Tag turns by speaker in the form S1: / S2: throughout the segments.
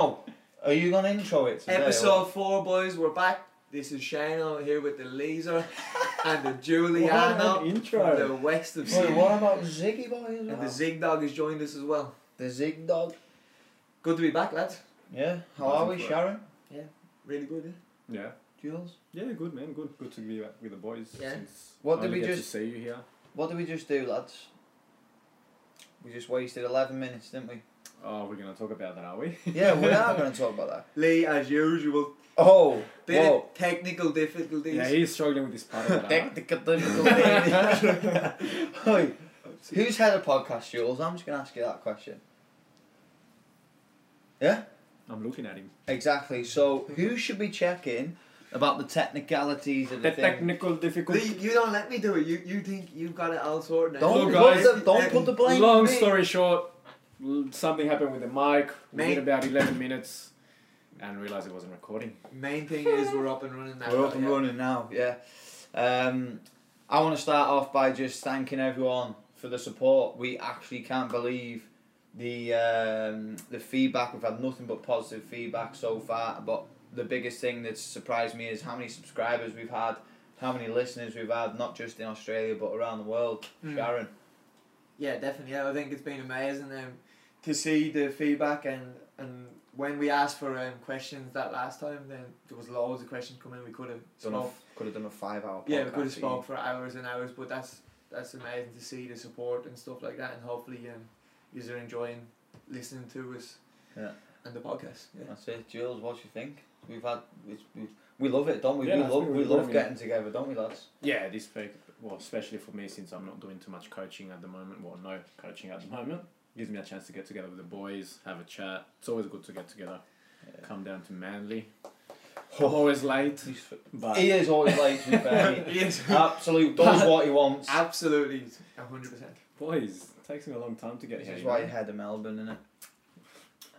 S1: Are you gonna intro it today? or-
S2: Episode four, boys. We're back. This is Shane out here with the laser and the
S3: What
S2: Juliana
S3: an
S2: from the
S3: intro.
S2: west of
S1: Wait,
S2: Sydney.
S1: what about Ziggy Boy as well?
S2: And the Zig Dog has joined us as well.
S1: The Zig Dog.
S2: Good to be back, lads.
S1: Yeah. How
S3: Nothing
S1: are we,
S3: for it.
S1: Sharon?
S2: Really good.
S3: Yeah.
S1: Jules?
S3: Yeah, good man, good. Good to be back with the boys.
S2: Yeah.
S3: Since
S1: What
S3: I
S1: did
S3: only
S1: we
S3: get
S1: just-
S3: to see you here?
S1: What did we just do, lads? We just wasted 11 minutes, didn't we?
S3: Oh, we're gonna talk about that, are we?
S1: Yeah, we are going to talk about that.
S2: Lee, as usual,
S1: Oh,
S2: did
S1: whoa.
S2: it technical difficulties.
S3: yeah, he's struggling with this part of it. huh?
S1: Technical difficulty. Oi, Who's head of podcast, Jules? I'm just going to ask you that question. Yeah?
S3: I'm looking at him.
S1: Exactly. So, who should be checking about the technicalities of the
S3: The
S1: thing?
S3: technical difficulty.
S2: Lee, you don't let me do it. You you think you've got it all sorted now.
S1: Don't,
S3: Look,
S1: put
S3: guys,
S1: the, don't put the blame on
S3: Long
S1: me.
S3: story short, l- something happened with the mic. We
S2: Mate.
S3: did about 11 minutes and realized it wasn't recording.
S2: Main thing is we're up and running now.
S1: We're up and
S2: Yeah.
S1: running now, yeah. Um, I want to start off by just thanking everyone for the support. We actually can't believe the um, the feedback. We've had nothing but positive feedback so far. But the biggest thing that's surprised me is how many subscribers we've had, how many listeners we've had, not just in Australia but around the world.
S2: Mm.
S1: Sharon,
S2: Yeah, definitely. Yeah, I think it's been amazing um, to see the feedback and and when we asked for um, questions that last time, then there was loads of questions coming. We could have
S1: done a,
S2: spoke.
S1: could have done a five hour.
S2: Yeah, we could have spoke for hours and hours, but that's that's amazing to see the support and stuff like that, and hopefully um, you are enjoying listening to us.
S1: Yeah.
S2: And the podcast. Yeah.
S1: That's it, Jules. What do you think? We've had we, we, we love it, don't we?
S3: Yeah,
S1: we
S3: that's
S1: love
S3: what
S1: we
S3: we're
S1: love
S3: doing.
S1: getting together, don't we, lads?
S3: Yeah, this week, well, especially for me since I'm not doing too much coaching at the moment. Well, no coaching at the moment. Gives me a chance to get together with the boys, have a chat. It's always good to get together. Come down to Manly.
S1: Oh.
S3: I'm always late, but
S1: He is always late, to be fair. He
S2: Yes.
S1: Absolute does what he wants.
S2: Absolutely, a hundred percent.
S3: boys, it takes me a long time to get
S1: This
S3: here.
S1: is
S3: you
S1: why
S3: know?
S1: you head of Melbourne, isn't it?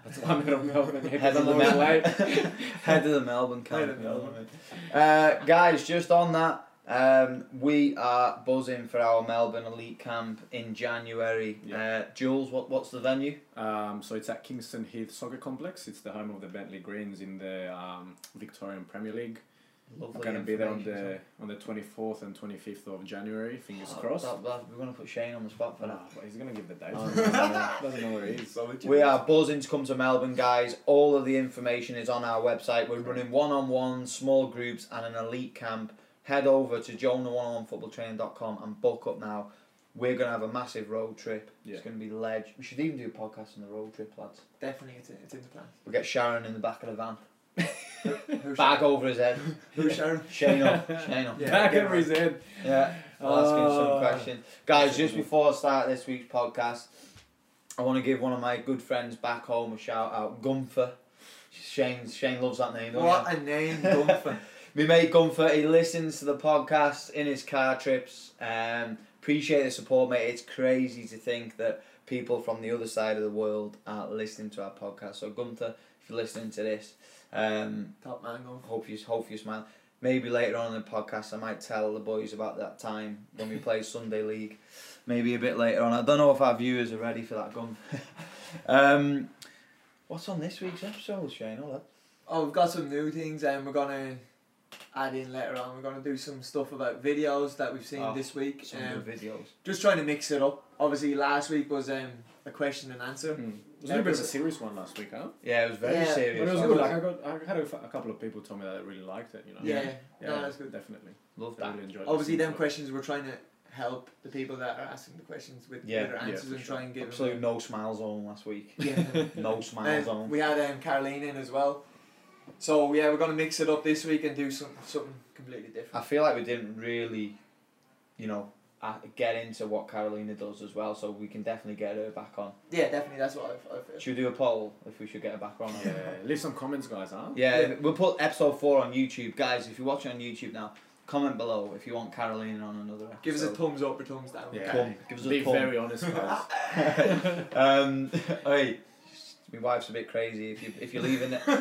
S3: That's why I'm here in Melbourne. here, 'cause
S1: Head of
S3: I'm
S1: the
S3: always late.
S1: Melbourne. head of the Melbourne
S2: Head of
S1: camp.
S2: the Melbourne.
S1: Uh, guys, just on that, um, we are buzzing for our Melbourne Elite Camp in January. Uh, Jules, what, what's the venue?
S3: Um, so it's at Kingston Heath Soccer Complex. It's the home of the Bentley Greens in the um, Victorian Premier League.
S1: Lovely.
S3: I'm going to be there on
S1: information,
S3: the on the 24th and 25th of January. Fingers
S1: so-
S3: crossed.
S1: That- that- we're going to put Shane on the spot for that.
S3: Oh, but he's going to give the date.
S1: Oh,
S3: doesn't know where he is.
S1: We are buzzing to come to Melbourne, guys. All of the information is on our website. We're running one on one, small groups, and an elite camp. Head over to jonah101footballtraining.com and book up now. We're going to have a massive road trip.
S3: Yeah.
S1: It's going to be ledge. We should even do a podcast on the road trip, lads.
S2: Definitely, it's, it's in the plan.
S1: We'll get Sharon in the back of the van.
S2: Who's
S1: Bag over his head.
S2: Who's Sharon?
S1: Shane up. Shane up.
S2: Yeah,
S3: Back
S2: get
S3: over his head.
S1: Yeah, I'll ask him some
S3: Uh,
S1: questions. Guys, just
S3: absolutely.
S1: before I start this week's podcast, I want to give one of my good friends back home a shout out, Gunther. Shane, Shane loves that name. Don't
S2: What a name, Gunther.
S1: you? My mate Gunther, he listens to the podcast in his car trips. Um, appreciate the support, mate. It's crazy to think that people from the other side of the world are listening to our podcast. So, Gunther, if you're listening to this, um,
S2: Top man, Gunther.
S1: Hope you hope you smile. Maybe later on in the podcast, I might tell the boys about that time when we played Sunday League. Maybe a bit later on. I don't know if our viewers are ready for that gum. um, what's on this week's episode, Shane? All that.
S2: Oh, we've got some new things, and we're gonna add in later on. We're gonna do some stuff about videos that we've seen
S1: Oh,
S2: this week.
S1: Some
S2: Um,
S1: good videos.
S2: just trying to mix it up. Obviously, last week was um, a question and answer.
S3: Hmm. It was a little bit of a serious one last week, huh?
S1: Yeah, it was very
S2: Yeah.
S3: But it
S1: serious.
S3: was
S1: I
S3: good. Like I got, I had a, f- a couple of people tell me that they really liked it. You know.
S2: Yeah,
S3: Yeah,
S2: no, that's good.
S3: Definitely.
S1: Love
S3: I
S1: that.
S3: really enjoyed.
S2: Obviously,
S3: listening
S2: them
S3: to it.
S2: questions we're trying to help the people that are asking the questions with
S1: Yeah,
S2: better
S3: yeah,
S2: answers
S3: for
S2: and
S3: sure.
S2: try and give
S1: Absolute
S2: them.
S1: no smile zone last week.
S2: Yeah.
S1: No smile
S2: Um,
S1: zone.
S2: we had um, Caroline in as well. So yeah, we're gonna mix it up this week and do some something completely
S1: I
S2: different.
S1: feel like we didn't really, you know, uh, get into what Carolina does as well. So we can definitely get her back on.
S2: Yeah, definitely. That's what I, I feel.
S1: Should we do a poll if we should get her back on?
S3: Yeah, leave some comments, guys. Huh?
S1: Yeah,
S2: Yeah.
S1: we'll put episode four on YouTube, guys. If you're watching on YouTube now, comment below if you want Caroline on another. Episode.
S2: Give us a thumbs up or thumbs down.
S3: Yeah.
S2: Okay.
S1: Thumb. Give us a
S3: Be
S1: thumb.
S3: very honest, guys.
S1: um, hey, my wife's a bit crazy. If you if you leave a ne-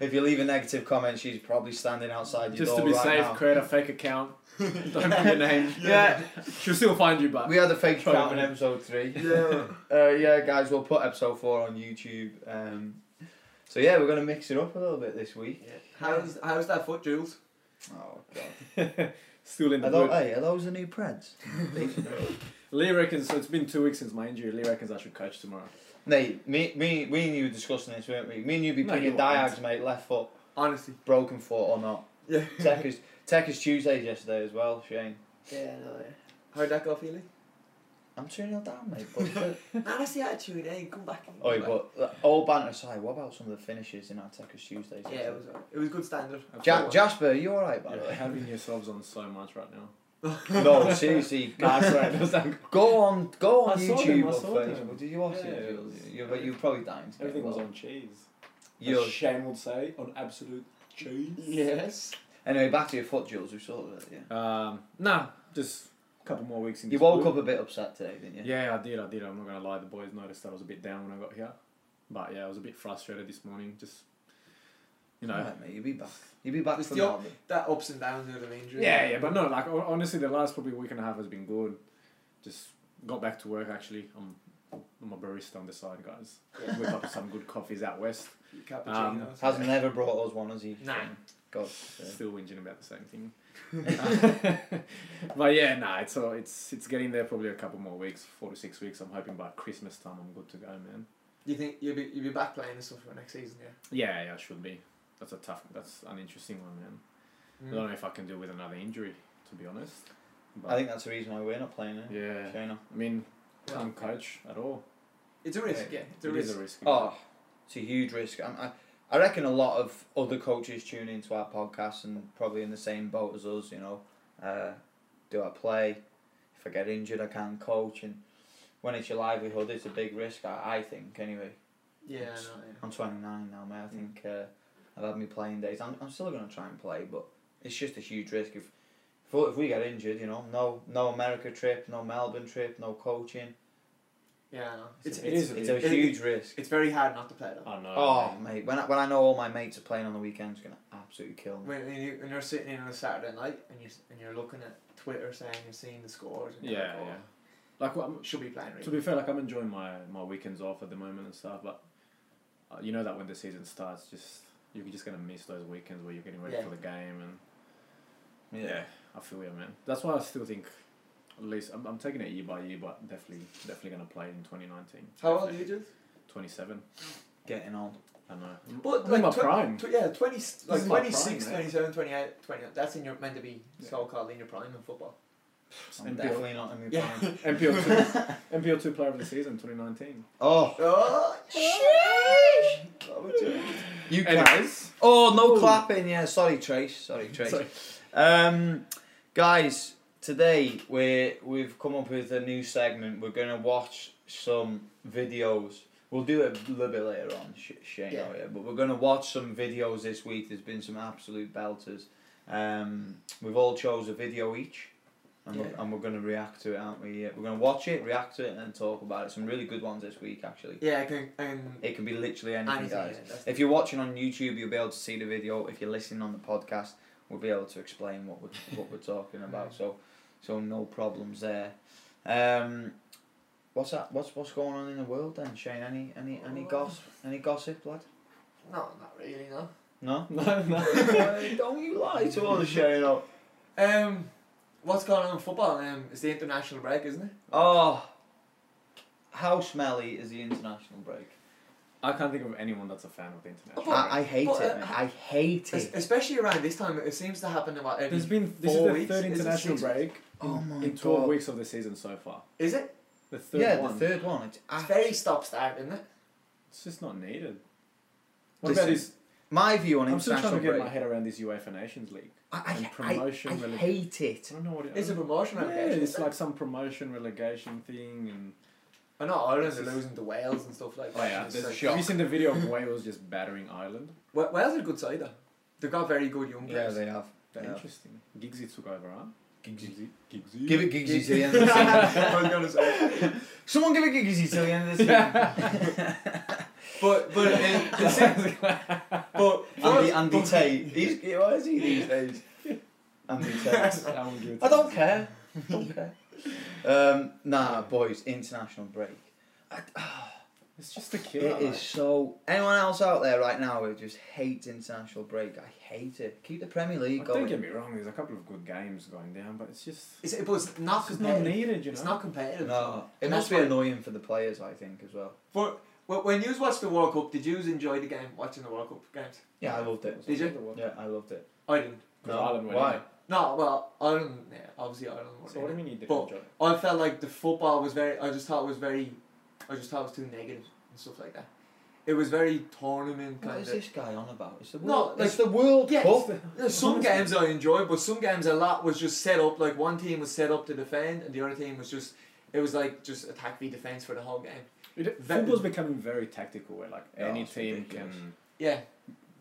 S1: if you leave a negative comment, she's probably standing outside your
S3: Just
S1: door
S3: to be
S1: right
S3: safe,
S1: now.
S3: create a fake account. Don't put your name.
S1: Yeah.
S3: She'll still find you, but
S1: We had a fake
S3: Sorry,
S1: count in
S3: mate.
S1: episode three.
S2: Yeah.
S1: Uh, yeah, guys, we'll put episode four on YouTube. Um, So yeah, we're gonna mix it up a little bit this week.
S2: How's how's that foot, Jules?
S1: Oh god.
S3: Still in the
S1: Are those,
S3: boot.
S1: hey, are those the new Preds?
S3: Lee reckons so it's been two weeks since my injury. Lee reckons I should coach tomorrow.
S1: Nate, me, me, me and you were discussing this, weren't we? Me and you be
S3: No,
S1: picking
S3: you
S1: Diags, mate, left foot,
S2: Honestly.
S1: broken foot or not.
S2: Yeah.
S1: Tech is, tech is Tuesdays yesterday as well, Shane.
S2: Yeah, no. Yeah. How'd that go, Feely?
S1: I'm 2 0 down, mate. But,
S2: nah, that's the attitude, eh? Come back.
S3: Oh,
S1: Oi, but uh, all banter aside, what about some of the finishes in our Tech is Tuesdays?
S2: Yeah, it was it was good standard.
S1: Ja- Jasper, are you alright, by
S3: You're
S1: the
S3: having yourselves on so much right now.
S1: way? no, seriously.
S3: Nah, that's right. That's like,
S1: Go on, go
S3: I
S1: on
S3: saw
S1: YouTube
S3: them, I
S1: or
S3: saw them.
S1: Facebook. Did you watch
S3: Yeah,
S1: it?
S3: it was-
S1: you, but you were probably dying. To get
S3: everything was
S1: involved.
S3: on cheese.
S1: You're-
S3: As Shane would say, on absolute cheese.
S2: Yes.
S1: Anyway, back to your foot, Jules. We've sorted it. Yeah.
S3: Um, nah, just a couple more weeks in.
S1: You
S3: this
S1: woke
S3: boot.
S1: up a bit upset today, didn't you?
S3: Yeah, I did. I did. I'm not gonna lie. The boys noticed that I was a bit down when I got here, but yeah, I was a bit frustrated this morning. Just you know.
S1: Alright, mate, you'll be back. You'll be back
S2: It's
S1: from
S2: the-
S1: that. mate.
S2: That ups and downs of an injury.
S3: Yeah, yeah, but no. Like hon- honestly, the last probably week and a half has been good. Just got back to work. Actually, I'm I'm a barista on the side, guys.
S2: Yeah.
S3: Whip up some good coffees out west. Um,
S2: Cappuccinos.
S1: Has never brought us one, has he?
S2: Nah.
S1: God.
S3: Still whinging about the same thing. but yeah, nah. It's all, it's it's getting there. Probably a couple more weeks, four to six weeks. I'm hoping by Christmas time I'm good to go, man.
S2: you think you'll be you'll be back playing and stuff for next season, yeah?
S3: Yeah, yeah, it should be. That's a tough. That's an interesting one, man.
S2: Mm.
S3: I don't know if I can deal with another injury, to be honest. But
S1: Hmm. I think that's the reason why we're not playing it.
S3: Yeah.
S1: Fair enough.
S3: I mean,
S2: Yeah.
S3: can't coach at all.
S2: It's a risk, yeah. It's a
S3: It
S2: risk.
S3: is a risk.
S1: Oh, it's a huge risk. I'm, I, I reckon a lot of other coaches tune into our podcast and probably in the same boat as us, you know. Uh, do I play? If I get injured, I can't coach. And when it's your livelihood, it's a big risk, I, I think, anyway.
S2: Yeah, I know,
S1: It's-
S2: yeah. Mm.
S1: I'm 29 now, mate. I think uh, I've had my playing days. I'm, I'm still going to try and play, but it's just a huge risk. If if, if we get injured, you know, no no America trip, no Melbourne trip, no coaching.
S2: Yeah, I know.
S3: It's
S2: It's,
S3: a- Um,
S2: it's,
S3: it
S2: it's,
S3: is
S1: It's a
S2: It-
S1: huge risk.
S2: it's very hard not to play though.
S3: I know.
S1: Oh, mate, when I, when I know all my mates are playing on the weekends, it's going to absolutely kill me.
S2: When, when, you, when you're sitting in on a Saturday night and you're, and you're looking at Twitter saying you're seeing the scores and you're
S3: Yeah,
S2: like, oh,
S3: yeah. Like, well, I'm,
S2: should be playing really.
S3: to be fair, like I'm enjoying my my weekends off at the moment and stuff, but uh, you know that when the season starts, just you're just gonna miss those weekends where you're getting ready
S2: Yeah.
S3: for the game and I feel you, man. That's why I still think. At least I'm, I'm taking it year by year, but definitely, definitely gonna play in 2019.
S2: How old are you, Jules?
S3: 27.
S1: Getting on.
S3: I know.
S2: But
S3: I'm in my
S2: tw-
S3: prime.
S2: tw- yeah, 20, like
S3: is my
S2: 26,
S3: prime, mate.
S2: 27, 28, 29. That's in your, meant to be
S3: Yeah.
S2: so-called in your prime in football.
S1: I'm
S3: And
S1: definitely not in my
S2: Yeah.
S1: prime.
S3: MPO two, MPO two player of the season, 2019.
S1: Oh,
S2: Oh, sheesh! What would you-
S1: you can.
S3: Anyways,
S1: Oh, no
S3: Ooh.
S1: clapping. Yeah, sorry, Trace. Sorry, Trace.
S3: sorry.
S1: Um, guys, today we we've come up with a new segment. We're gonna watch some videos. We'll do it a little bit later on, Sh- Shane.
S2: Yeah.
S1: oh yeah, but we're gonna watch some videos this week. There's been some absolute belters. Um, we've all chose a video each, and, we're,
S2: Yeah.
S1: and we're gonna react to it, aren't we? Yeah, We're gonna watch it, react to it, and then talk about it. Some really good ones this week, actually.
S2: Yeah, I can, and
S1: It can be literally anything,
S2: Anything,
S1: guys.
S2: yeah, that's-
S1: if you're watching on YouTube, you'll be able to see the video. If you're listening on the podcast, we'll be able to explain what we're, what we're talking about. So, so no problems there. Um, what's that? What's what's going on in the world then, Shane? Any any any gossip? Any gossip, lad?
S2: no, not really, no.
S1: No.
S3: No, no.
S1: Hey, Don't you lie to us, Shane? Oh,
S2: Um, what's going on in football? Um, it's the international break, isn't it?
S1: oh how smelly is the international break?
S3: I can't think of anyone that's a fan of the international.
S2: But-
S1: I, I hate
S2: but,
S1: it.
S2: uh,
S1: Man. I hate
S2: Es-
S1: it.
S2: especially around this time, it seems to happen about every.
S3: There's been this is
S2: Four
S3: the
S2: weeks? Is
S3: third
S2: it
S3: international
S2: six
S3: break
S1: Oh
S3: in-
S1: my
S3: in 12
S1: God.
S3: weeks of the season so far.
S2: Is it?
S3: The third
S1: Yeah,
S3: one.
S1: the third one. It's,
S2: It's
S1: abs-
S2: very stop start, isn't it?
S3: It's just not needed. What
S1: Listen,
S3: about this?
S1: my view on
S3: I'm still
S1: international
S3: trying to get
S1: break.
S3: my head around this UEFA Nations League.
S1: I, I,
S3: and promotion
S1: I, I
S3: rele-
S1: hate
S3: I
S1: it.
S3: don't know what it
S2: It's
S3: is.
S2: a promotion
S3: Yeah,
S2: relegation.
S3: it's like some promotion relegation thing, and
S2: I know Ireland are losing to Wales and stuff like that.
S3: oh yeah,
S2: It's
S3: there's-
S2: like-
S3: have you seen the video of Wales just battering Ireland?
S2: Wa- Wales are a good side though. They've got very good young
S1: Yeah,
S2: players.
S1: they have. They have.
S3: Interesting. Giggsy took over, huh? Giggsy. Giggsy.
S1: Give it Giggsy to the end of the season.
S2: I was gonna say.
S1: Someone give it Giggsy to the end of the season.
S2: But but um, the se- but
S1: Andy,
S2: but-
S1: Andy
S2: but-
S1: Tate. He's, where is he these days? Andy Tate.
S3: I won't give it
S1: I
S3: to
S1: don't
S3: Giggsy.
S1: care. don't care. Um, nah, boys, international break. I,
S3: It's just a
S1: It
S3: killer.
S1: is
S3: like,
S1: so. Anyone else out there right now who just hates international break? I hate it. Keep the Premier League
S3: like,
S1: going.
S3: don't get me wrong. There's a couple of good games going down, but it's just
S2: It's, but it's not
S3: it's just not
S2: competitive.
S3: needed. You know.
S2: It's not competitive.
S1: No, it
S2: And
S1: must
S2: that's
S1: be
S2: why-
S1: annoying for the players, I think, as well.
S2: For well, when you watched the World Cup, did you enjoy the game? Watching the World Cup games,
S1: Yeah, I loved it.
S2: Did you?
S1: Yeah, I loved it.
S2: I didn't.
S3: Because Ireland were
S1: Why?
S3: in it.
S2: No, well, Ireland. Yeah, obviously Ireland. were
S3: So what do
S2: in
S3: we need to
S2: But-
S3: enjoy?
S2: it. I felt like the football was very. I just thought it was very. I just thought it was too negative and stuff like that. It was very tournament
S1: What
S2: kind
S1: is
S2: of.
S1: this guy on about? It's the
S2: No,
S1: World,
S2: like-
S1: it's the World
S2: Yeah,
S1: Cup.
S2: There's Some games I enjoyed, but some games a lot was just set up. Like one team was set up to defend, and the other team was just. It was like just attack v defense for the whole game.
S3: It-
S2: Ve-
S3: Football's becoming very tactical, where like
S1: Yeah,
S3: any
S1: it's
S3: team
S1: ridiculous.
S3: can
S2: Yeah.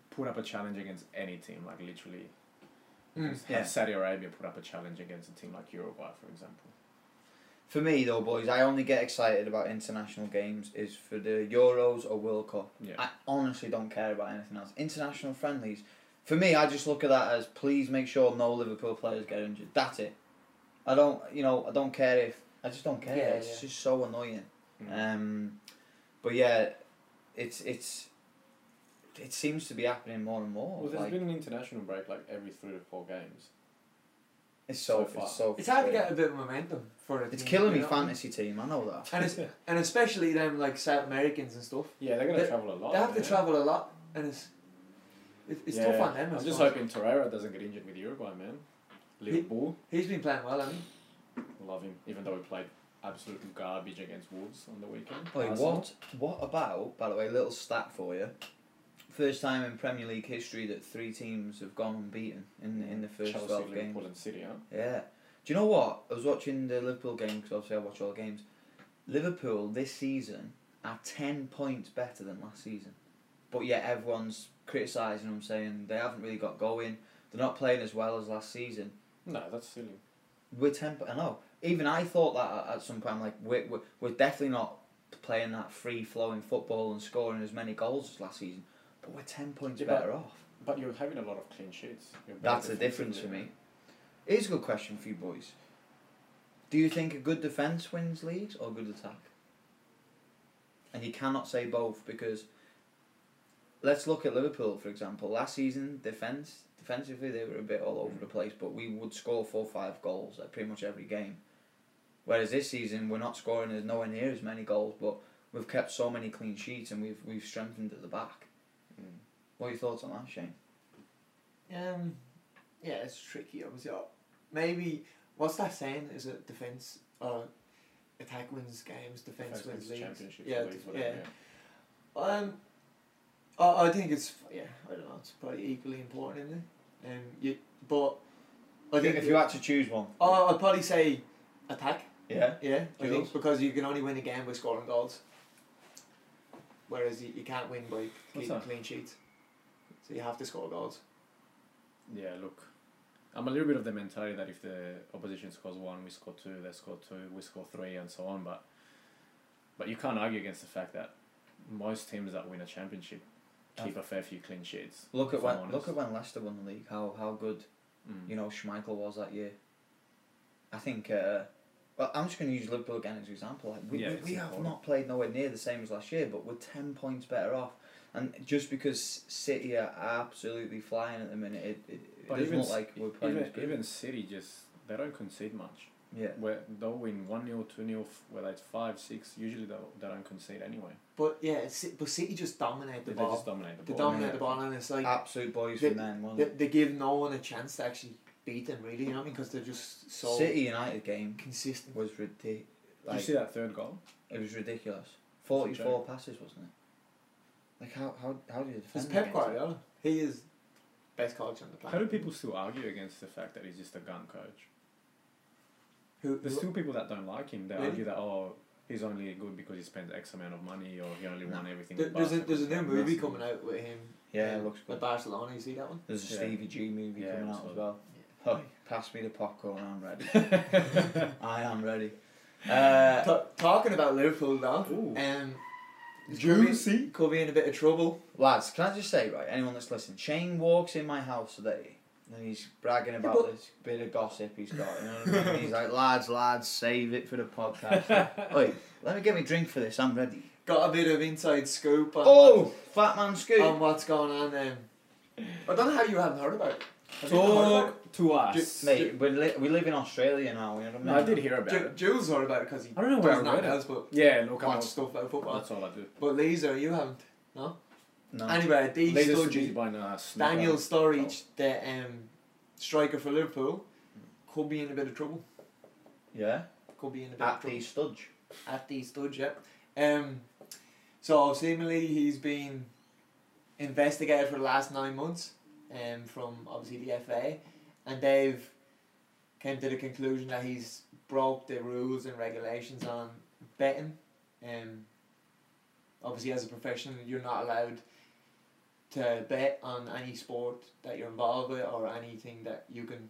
S3: put up a challenge against any team. Like literally,
S2: Mm.
S3: have
S1: Yeah.
S3: Saudi Arabia put up a challenge against a team like Uruguay, for example.
S1: For me, though, boys, I only get excited about international games is for the Euros or World Cup.
S3: Yeah.
S1: I honestly don't care about anything else. International friendlies, for me, I just look at that as please make sure no Liverpool players get injured. That's it. I don't, you know, I don't care if I just don't care.
S2: Yeah,
S1: it's
S2: yeah.
S1: just so annoying.
S3: Mm.
S1: Um, but yeah, it's it's it seems to be happening more and more.
S3: Well, there's
S1: like,
S3: been an international break like every three to four games.
S1: it's so,
S3: so far.
S1: it's so
S2: It's hard to
S1: frustrating.
S2: get a bit of momentum for it.
S1: It's killing me fantasy team. I know that.
S2: And, it's, and especially them like South Americans and stuff.
S3: Yeah, they're gonna
S2: They-
S3: travel a lot.
S2: They have to
S3: Oh, yeah.
S2: travel a lot, and it's it, it's tough on them. I
S3: I'm just
S2: suppose.
S3: hoping Torreira doesn't get injured with Uruguay, man. Liverpool,
S2: He's been playing well, hasn't he?
S3: love him, even though we played absolute garbage against Wolves on the weekend.
S1: Wait,
S3: Arsenal.
S1: what? What about? By the way, little stat for you. First time in Premier League history that three teams have gone unbeaten in in the first
S3: Chelsea,
S1: twelve games.
S3: Liverpool, and City, huh?
S1: Yeah. Do you know what? I was watching the Liverpool game because obviously I watch all the games. Liverpool this season are ten points better than last season, but yet everyone's criticising them, saying they haven't really got going. They're not playing as well as last season.
S3: No, that's silly.
S1: We're ten. I know. Even I thought that at- at some point. Like we're, we're, we're definitely not playing that free flowing football and scoring as many goals as last season. But we're ten points
S3: Yeah, but-
S1: better off.
S3: But you're having a lot of clean sheets. You're better
S1: That's the difference for
S3: defensively.
S1: me. Here's a good question for you boys. Do you think a good defence wins leagues or a good attack? And you cannot say both because let's look at Liverpool for example. Last season, defence defensively they were a bit all over the place, but we would score four or five goals at pretty much every game. Whereas this season we're not scoring as nowhere near as many goals, but we've kept so many clean sheets and we've we've strengthened at the back.
S3: Mm.
S1: What are your thoughts on that, Shane?
S2: Um, yeah, it's tricky. Obviously, Uh, maybe what's that saying? Is it defense or attack wins games, defense,
S3: Defense wins
S2: wins leagues?
S3: championships,
S2: Yeah,
S3: leagues,
S2: def-
S3: whatever,
S2: yeah.
S3: yeah.
S2: Um, I, I think it's yeah. I don't know. It's probably equally important, isn't it? Um, you, but I think
S1: if you had to choose one,
S2: Oh, I'd probably say attack.
S1: yeah,
S2: Yeah, I
S1: Jules?
S2: think because you can only win a game by scoring goals, whereas you, you can't win by keeping
S3: that?
S2: clean sheets. So you have to score goals.
S3: Yeah, look, I'm a little bit of the mentality that if the opposition scores one, we score two, they score two, we score three, and so on. But but you can't argue against the fact that most teams that win a championship keep a fair few clean sheets.
S1: Look at
S3: if I'm
S1: when look
S3: honest.
S1: at when Leicester won the league. How how good
S3: Mm.
S1: you know Schmeichel was that year. I think. Uh, well, I'm just going to use Liverpool again as an example. Like we,
S3: Yeah,
S1: we,
S3: it's
S1: we have
S3: important.
S1: not played nowhere near the same as last year, but we're ten points better off. And just because City are absolutely flying at the minute, it, it, it
S3: But
S1: doesn't
S3: even
S1: look like we're playing
S3: even,
S1: as good.
S3: even City just they don't concede much.
S1: yeah,
S3: Where they'll win one 0 two 0 whether it's five, six. Usually they they don't concede anyway.
S2: But yeah, it's, but City just dominate the
S3: they
S2: ball.
S3: just dominate the
S2: they
S3: ball.
S2: dominate the ball, and it's like
S1: absolute boys
S2: the-
S1: from then. Wasn't
S2: they,
S1: it?
S2: they give no one a chance to actually beat them. Really, you know what I mean? Because they're just so
S1: City United game
S2: consistent.
S1: was ridiculous.
S3: Did you see that third goal?
S1: It was ridiculous.
S3: a joke.
S1: Forty-four passes, wasn't it? Like how how how do you defend?
S2: It's Pep
S1: against that?
S2: Guardiola. He is best coach on the planet.
S3: How do people still argue against the fact that he's just a gun coach?
S2: Who,
S3: There's still people that don't like him. They
S2: Really?
S3: argue that oh, he's only good because he spends X amount of money or he only won everything.
S2: there-
S3: with
S2: there's a
S3: Barca
S2: there's a new
S3: because
S2: movie
S3: Messi.
S2: coming out with him.
S1: Yeah, it
S2: um,
S1: looks good.
S2: With Barcelona, you see that one?
S1: There's a
S3: Yeah.
S1: Stevie G movie
S3: Yeah,
S1: coming
S3: I
S1: out
S3: saw
S1: as well. Oh, pass me the popcorn, I'm ready. I am ready.
S2: Ta-
S1: Uh,
S2: talking about Liverpool though,
S3: Ooh.
S2: um,
S3: Juicy.
S2: Could be, could be in a bit of trouble.
S1: lads, can I just say, right, anyone that's listening, Shane walks in my house today and he's bragging about
S2: but-
S1: this bit of gossip he's got. You know what I mean? He's like, lads, lads, save it for the podcast. Wait, let me get me drink for this, I'm ready.
S2: got a bit of inside scoop on,
S1: Oh, Fat Man Scoop.
S2: on what's going on. Um, I don't know how you haven't heard about it. Have you heard about it?
S3: Talk to us.
S2: Ju-
S1: Mate, we, li- we live in Australia now. You know what I mean?
S3: No, I did hear about
S2: Ju-
S3: it.
S2: Jules heard about it because he
S3: I don't know where I
S2: does
S3: read
S2: nothing
S3: it.
S2: else but
S3: Yeah, look, I'm
S2: watch stuff about football.
S3: that's all I do.
S2: But Lisa, you haven't.
S1: No.
S2: Anyway, Dee
S3: Latest news
S2: Studgy,
S3: by now, Snoop Dogg.
S2: Daniel Sturridge, the um, striker for Liverpool, could be in a bit of trouble.
S1: yeah.
S2: Could be in a bit of
S1: At
S2: trouble.
S1: the Studge.
S2: at the stud, yeah. Um, so seemingly he's been investigated for the last nine months, um, from obviously the FA, and they've came to the conclusion that he's broke the rules and regulations on betting. Um, obviously as a professional, you're not allowed to bet on any sport that you're involved with or anything that you can.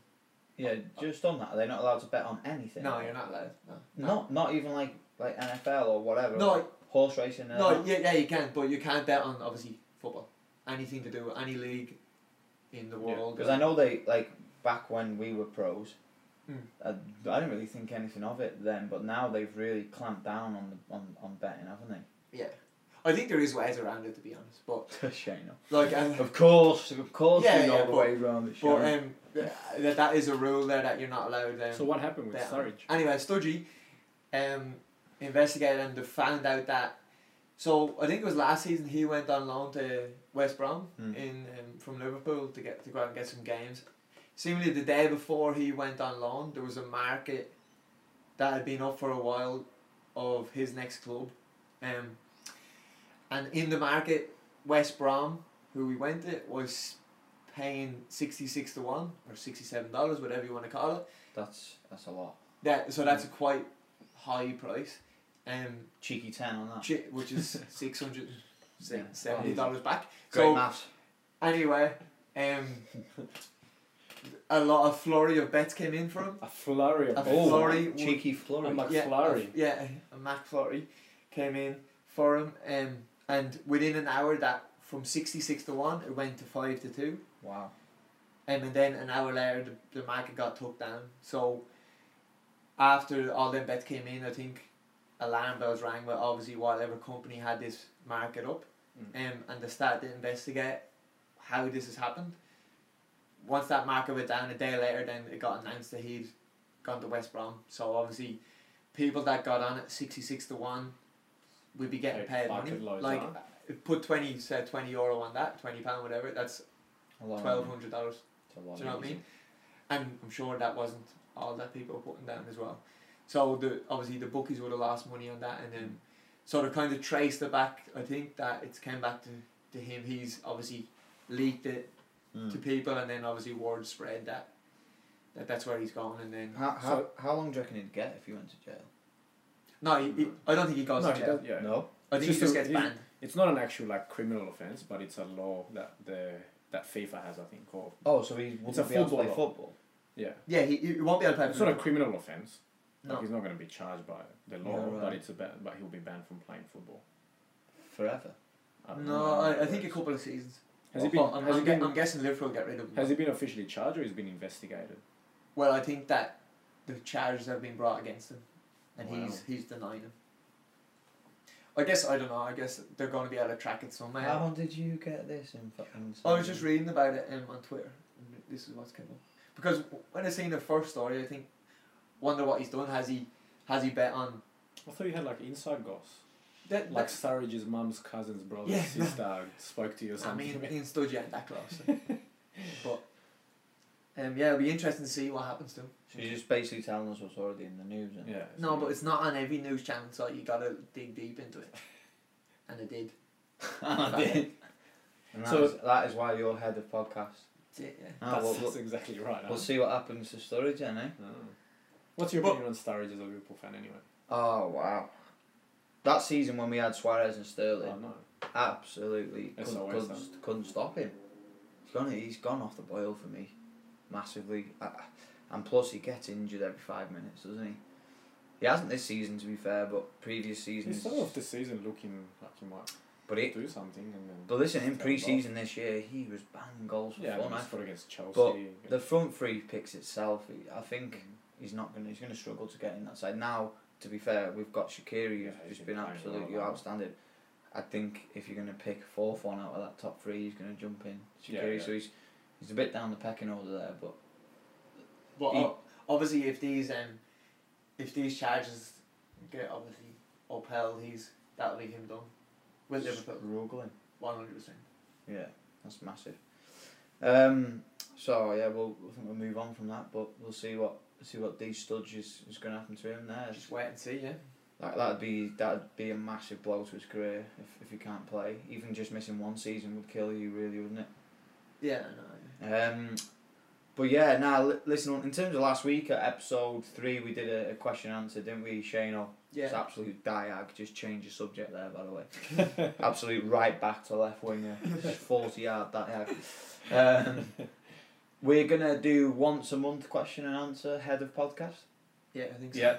S1: Yeah, just on that, they're not allowed to bet on anything.
S2: No, you're not allowed. No.
S1: Not not even like like NFL or whatever.
S2: No,
S1: like horse racing. And
S2: No, yeah, yeah, you can, but you can't bet on obviously football. Anything to do with any league in the
S3: Yeah,
S2: world.
S1: Because I know they like back when we were pros.
S2: Mm.
S1: I, I didn't really think anything of it then, but now they've really clamped down on the on, on betting, haven't
S2: Yeah, I think there is ways around it to be honest, but
S1: they? Shane.
S2: like, um,
S1: Of course, of course,
S2: Yeah,
S1: we know
S2: yeah,
S1: the
S2: but-
S1: way round the show.
S2: but um, that that is a rule there that you're not allowed. Um,
S3: So what happened with
S2: bet on.
S3: Sturridge?
S2: Anyway, Studgy, um, investigated and they found out that. So I think it was last season he went on loan to West Brom
S1: Mm.
S2: in um, from Liverpool to get to go out and get some games. Seemingly the day before he went on loan, there was a market that had been up for a while of his next club, um, and in the market, West Brom, who we went to, was paying sixty six to one or sixty seven dollars, whatever you want to call it.
S1: that's that's a lot.
S2: That so that's a
S1: Mm.
S2: quite high price, um,
S1: Cheeky ten on that.
S2: chi- which is six hundred
S1: Ah. Yeah.
S2: seventy dollars back.
S1: Great
S2: so
S1: maths.
S2: anyway, um, a lot of flurry of bets came in for him.
S3: A flurry of
S2: A
S3: balls.
S2: uh, flurry would-
S1: cheeky flurry.
S3: I'm like-
S2: yeah,
S3: McFlurry.
S2: a- yeah, a McFlurry came in for him, um, and within an hour that from sixty six to one it went to five to two.
S1: wow.
S2: Um, and then an hour later, the, the market got took down. So after all them bets came in, I think alarm bells rang. But obviously, whatever company had this market up,
S3: Mm.
S2: um, and they started to investigate how this has happened. Once that market went down, a day later, then it got announced that he'd gone to West Brom. So obviously, people that got on at sixty six to one, would be getting
S3: Like
S2: paid money.
S3: bucket loads,
S2: Like
S3: huh?
S2: put twenty, say twenty euro on that, twenty pound, whatever. That's
S1: A lot of
S2: twelve
S1: money.
S2: hundred dollars.
S1: It's a lot
S2: Do you know
S1: of
S2: what I
S1: money.
S2: mean? And I'm sure that wasn't all that people were putting down as well. So the obviously the bookies would have lost money on that, and then so they kind of traced it back. I think that it's came back to, to him. He's obviously leaked it to
S1: Mm.
S2: people, and then obviously word spread that, that that's where he's going. And then
S1: How, how, how long do you reckon he'd get if he went to jail?
S2: no, he, he- I don't think he goes
S3: Mm. No,
S2: to
S3: he
S2: jail.
S3: does- yeah.
S1: No.
S2: I think
S3: It's
S2: he just
S3: just a-
S2: gets
S3: he's-
S2: banned.
S3: It's not an actual like criminal offense, but it's a law that the that FIFA has, I think, or
S1: Oh, so he wouldn't
S3: a
S1: be able to play
S3: footballer.
S1: football.
S3: yeah.
S2: Yeah, he, he won't be able to play.
S3: It's not a
S2: football.
S3: criminal offense. Like
S2: no.
S3: he's not going to be charged by the law,
S1: Yeah, right.
S3: but it's a ba- but he'll be banned from playing football.
S1: Forever.
S3: I don't
S2: No,
S3: know how
S2: I,
S3: that
S2: I think a
S3: works.
S2: couple of seasons.
S3: has he
S2: Well,
S3: been
S2: I'm,
S3: has he
S2: I'm, gue-
S3: been
S2: I'm guessing Liverpool get rid of him.
S3: has he been officially charged or he's been investigated?
S2: Well, I think that the charges have been brought against him, and
S3: Wow.
S2: he's he's denying them. I guess I don't know. I guess they're going to be able to track it somehow.
S1: How did you get this in fucking?
S2: I was just reading about it um, on Twitter. And this is what's come up because when I seen the first story, I think wonder what he's done. Has he has he bet on
S3: I thought you had like inside goss,
S2: that?
S3: like
S2: Like,
S3: Sturridge's mum's cousin's brother,
S2: Yeah.
S3: sister spoke to you or
S2: I
S3: something.
S2: mean, in Studgy ain't that close. but um, yeah, it'll be interesting to see what happens to him.
S1: So you're just basically telling us what's already in the news. And
S3: yeah.
S2: No, but it's not on every news channel, so you gotta dig deep into it. And I did.
S1: I did. And that,
S3: So- Oh,
S1: is, that is why you're head of podcast.
S2: That's it, yeah.
S1: Ah,
S3: that's,
S1: we'll,
S3: that's
S1: we'll,
S3: exactly right.
S1: we'll
S3: huh?
S1: see what happens to Sturridge, then, eh?
S3: Oh. What's your
S2: But-
S3: opinion on Sturridge as a Liverpool fan anyway?
S1: Oh wow. That season when we had Suarez and Sterling,
S3: Oh, no.
S1: absolutely
S3: That's
S1: couldn't,
S3: always
S1: couldn't, couldn't stop him. He's gone, he's gone off the boil for me, massively. I, I- and plus, he gets injured every five minutes, doesn't he? He hasn't this season, to be fair, but previous
S3: He
S1: seasons.
S3: started off the season looking like he might
S1: But he,
S3: do something, and then
S1: but listen, in
S3: Fair
S1: pre-season this year, he was banging goals for
S3: yeah,
S1: fun.
S3: and
S1: I
S3: he scored against Chelsea.
S1: But the front three picks itself, I think he's not gonna he's gonna struggle to get in that side. Now to be fair, we've got Shakiri,
S3: Yeah,
S1: who's
S3: he's
S1: just been
S3: been playing well,
S1: absolutely
S3: hasn't he?
S1: outstanding. I think if you're going to pick fourth one out of that top three, he's going to jump in. Shakiri,
S3: Yeah, yeah.
S1: so he's he's a bit down the pecking order there, but
S2: But
S1: He-
S2: ob- obviously, if these um, if these charges get obviously upheld, he's that'll be him done with Liverpool,
S1: struggling.
S2: one hundred percent.
S1: Yeah, that's massive. Um, so yeah, we'll I think we'll move on from that, but we'll see what see what D Studge is, is going to happen to him there.
S2: Just wait and see, yeah.
S1: That that'd be that'd be a massive blow to his career if if he can't play. Even just missing one season would kill you, really, wouldn't it?
S2: Yeah, I know. yeah.
S1: Um, but yeah, now li- listen. In terms of last week at episode three, we did a, a question and answer, didn't we, Shane? Oh, It's
S2: Yeah,
S1: absolute diag. Just change the subject there, by the way. absolute right back to left winger. Just Forty yard that diag. Um, we're gonna do once a month question and answer head of podcast
S2: yeah, I think so.
S1: Yeah.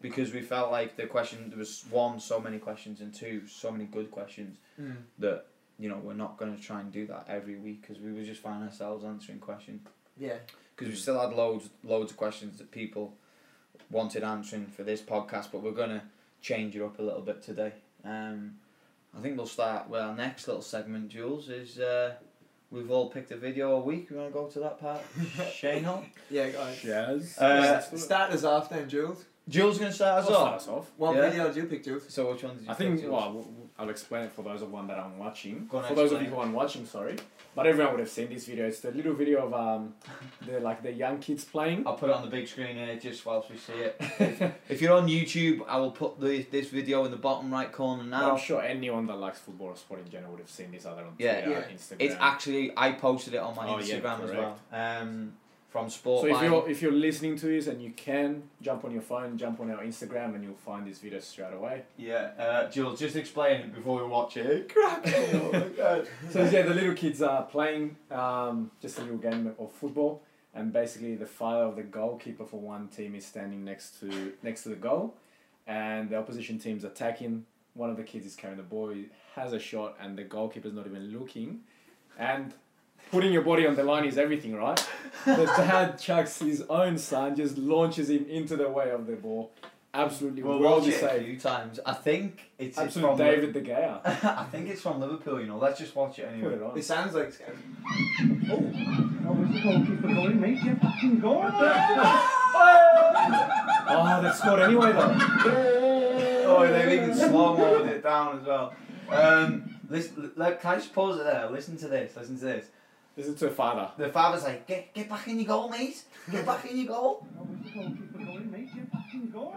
S1: because we felt like the question there was one so many questions and two so many good questions
S2: Mm.
S1: that you know we're not gonna try and do that every week because we would just find ourselves answering questions.
S2: Yeah,
S1: because we
S3: Mm.
S1: still had loads loads of questions that people wanted answering for this podcast but we're gonna change it up a little bit today um i think we'll start with our next little segment jules is uh we've all picked a video a week we want to go to that part shane on
S2: yeah, guys.
S3: Jazz.
S1: Uh,
S2: Start us off then, Jules.
S1: jules gonna start us off
S3: us off.
S2: What
S1: Yeah.
S2: video do you pick, Jules?
S1: so which one did you
S3: I think
S1: pick,
S3: well,
S1: Jules?
S3: I will- I'll explain it for those of one that aren't watching.
S1: Go on,
S3: for those of you
S1: explain
S3: who aren't watching, sorry, but everyone would have seen this video. It's the little video of um, the like the young kids playing.
S1: I'll put it on the big screen here just whilst we see it. if you're on YouTube, I will put the, this video in the bottom right corner
S3: But
S1: now.
S3: I'm sure anyone that likes football or sport in general would have seen this either on
S1: Yeah.
S3: Twitter,
S2: Yeah.
S3: Instagram.
S1: It's actually I posted it on my
S3: Oh, yeah,
S1: Instagram as well.
S3: correct.
S1: Um, from Sport.
S3: so if
S1: Line.
S3: you're if you're listening to this and you can jump on your phone, jump on our Instagram, and you'll find this video straight away.
S1: Yeah, uh, Jules, just explain it before we watch it. Crap! oh my God.
S3: So yeah, the little kids are playing um, just a little game of football, and basically the father of the goalkeeper for one team is standing next to next to the goal, and the opposition team's attacking. One of the kids is carrying the ball, he has a shot, and the goalkeeper's not even looking, and putting your body on the line is everything, right? The dad chucks his own son, just launches him into the way of the ball. Absolutely,
S1: We'll
S3: well
S1: watch it a
S3: saved.
S1: few times. I think it's, it's
S3: Absolute
S1: from
S3: David De Gea.
S1: I think it's from Liverpool. You know, let's just watch it
S3: Put
S1: anyway.
S3: it on.
S2: It sounds like
S3: Oh, that's scored anyway though.
S1: Oh, they've even slow moed it down as well. Um, listen, like, can I just pause it there? Listen to this. Listen to this.
S3: This is to a father.
S1: The father's like, get get back in your goal, mate. Get back in your goal. Unbelievable.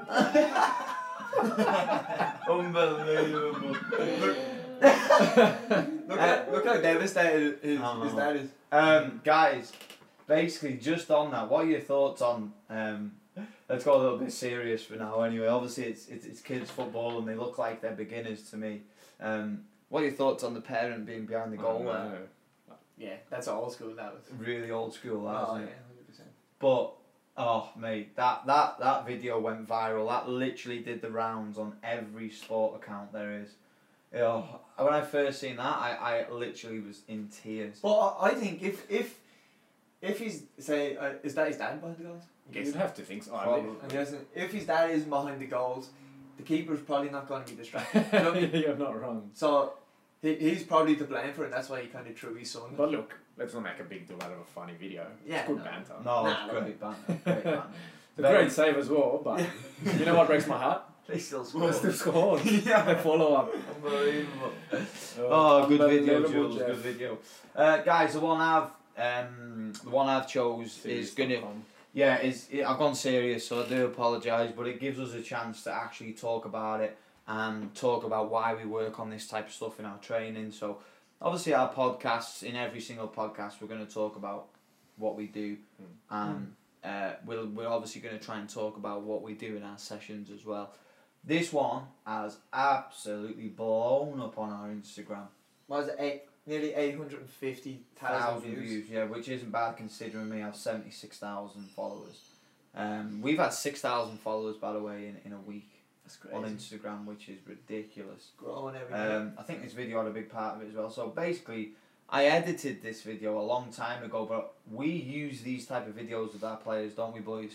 S2: look at look how devastated his,
S1: Oh.
S2: his dad is.
S1: Um, guys, basically, just on that, what are your thoughts on? Um, let's go a little bit serious for now. Anyway, obviously, it's it's, it's kids football, and they look like they're beginners to me. Um, what are your thoughts on the parent being behind the goal?
S3: Oh,
S2: uh,
S1: there?
S3: no.
S2: Yeah, that's old school. That was.
S1: Really old school, that,
S2: oh
S1: isn't
S2: yeah,
S1: it?
S2: hundred percent.
S1: But oh, mate, that that that video went viral. That literally did the rounds on every sport account there is. Oh, when I first seen that, I, I literally was in tears.
S2: But I, I think if if if he's say uh, is that his dad behind the goals?
S3: You'd have to think so.
S1: Probably.
S2: I'm guessing if his dad is behind the goals, the keeper's probably not going to be distracted. you know what I mean?
S3: You're not wrong.
S2: So he, he's probably to blame for it. That's why he kind of threw his son.
S3: But look, let's not make a big deal out of a funny video.
S2: Yeah,
S3: It's good
S2: no.
S3: banter.
S1: No,
S2: Nah,
S1: it's great banter. Great banter.
S3: It's a great save as well, but you know what breaks my heart?
S1: They still
S3: They
S1: score.
S3: still scored.
S1: Yeah.
S3: The follow up.
S1: Unbelievable. Oh, good video, Jules. Good video. Uh, guys, the one I've um, the one I've chose is gonna yeah is I've gone serious, so I do apologise, but it gives us a chance to actually talk about it and talk about why we work on this type of stuff in our training. So obviously, our podcasts in every single podcast, we're going to talk about what we do,
S3: Mm.
S1: and uh, we'll, we're obviously going to try and talk about what we do in our sessions as well. This one has absolutely blown up on our Instagram.
S2: What is it? Eight, nearly eight hundred and fifty thousand
S1: thousand
S2: views.
S1: views. yeah, which isn't bad considering me. I have seventy six thousand followers. Um, we've had six thousand followers by the way in, in a week
S2: That's
S1: on
S2: crazy.
S1: Instagram, which is ridiculous.
S2: Growing every day.
S1: Um, I think this video had a big part of it as well. So basically, I edited this video a long time ago, but we use these type of videos with our players, don't we, boys?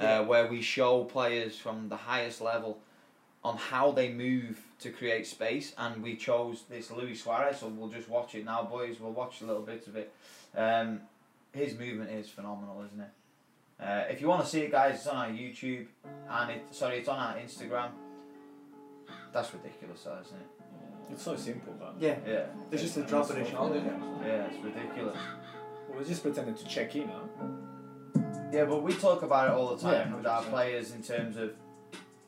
S2: Yeah.
S1: uh, where we show players from the highest level on how they move to create space, and we chose this Luis Suarez. So we'll just watch it now, boys. We'll watch a little bit of it. Um, his movement is phenomenal, isn't it? Uh, if you want to see it, guys, it's on our YouTube and it. Sorry, it's on our Instagram. That's ridiculous, though, isn't it?
S3: It's so simple, but
S2: Yeah.
S1: Yeah,
S2: It's just a drop of the shoulder.
S1: yeah, it's ridiculous.
S3: We're just pretending to check in, huh?
S1: Yeah, but we talk about it all the time
S3: Yeah,
S1: with our
S3: 100%.
S1: players in terms of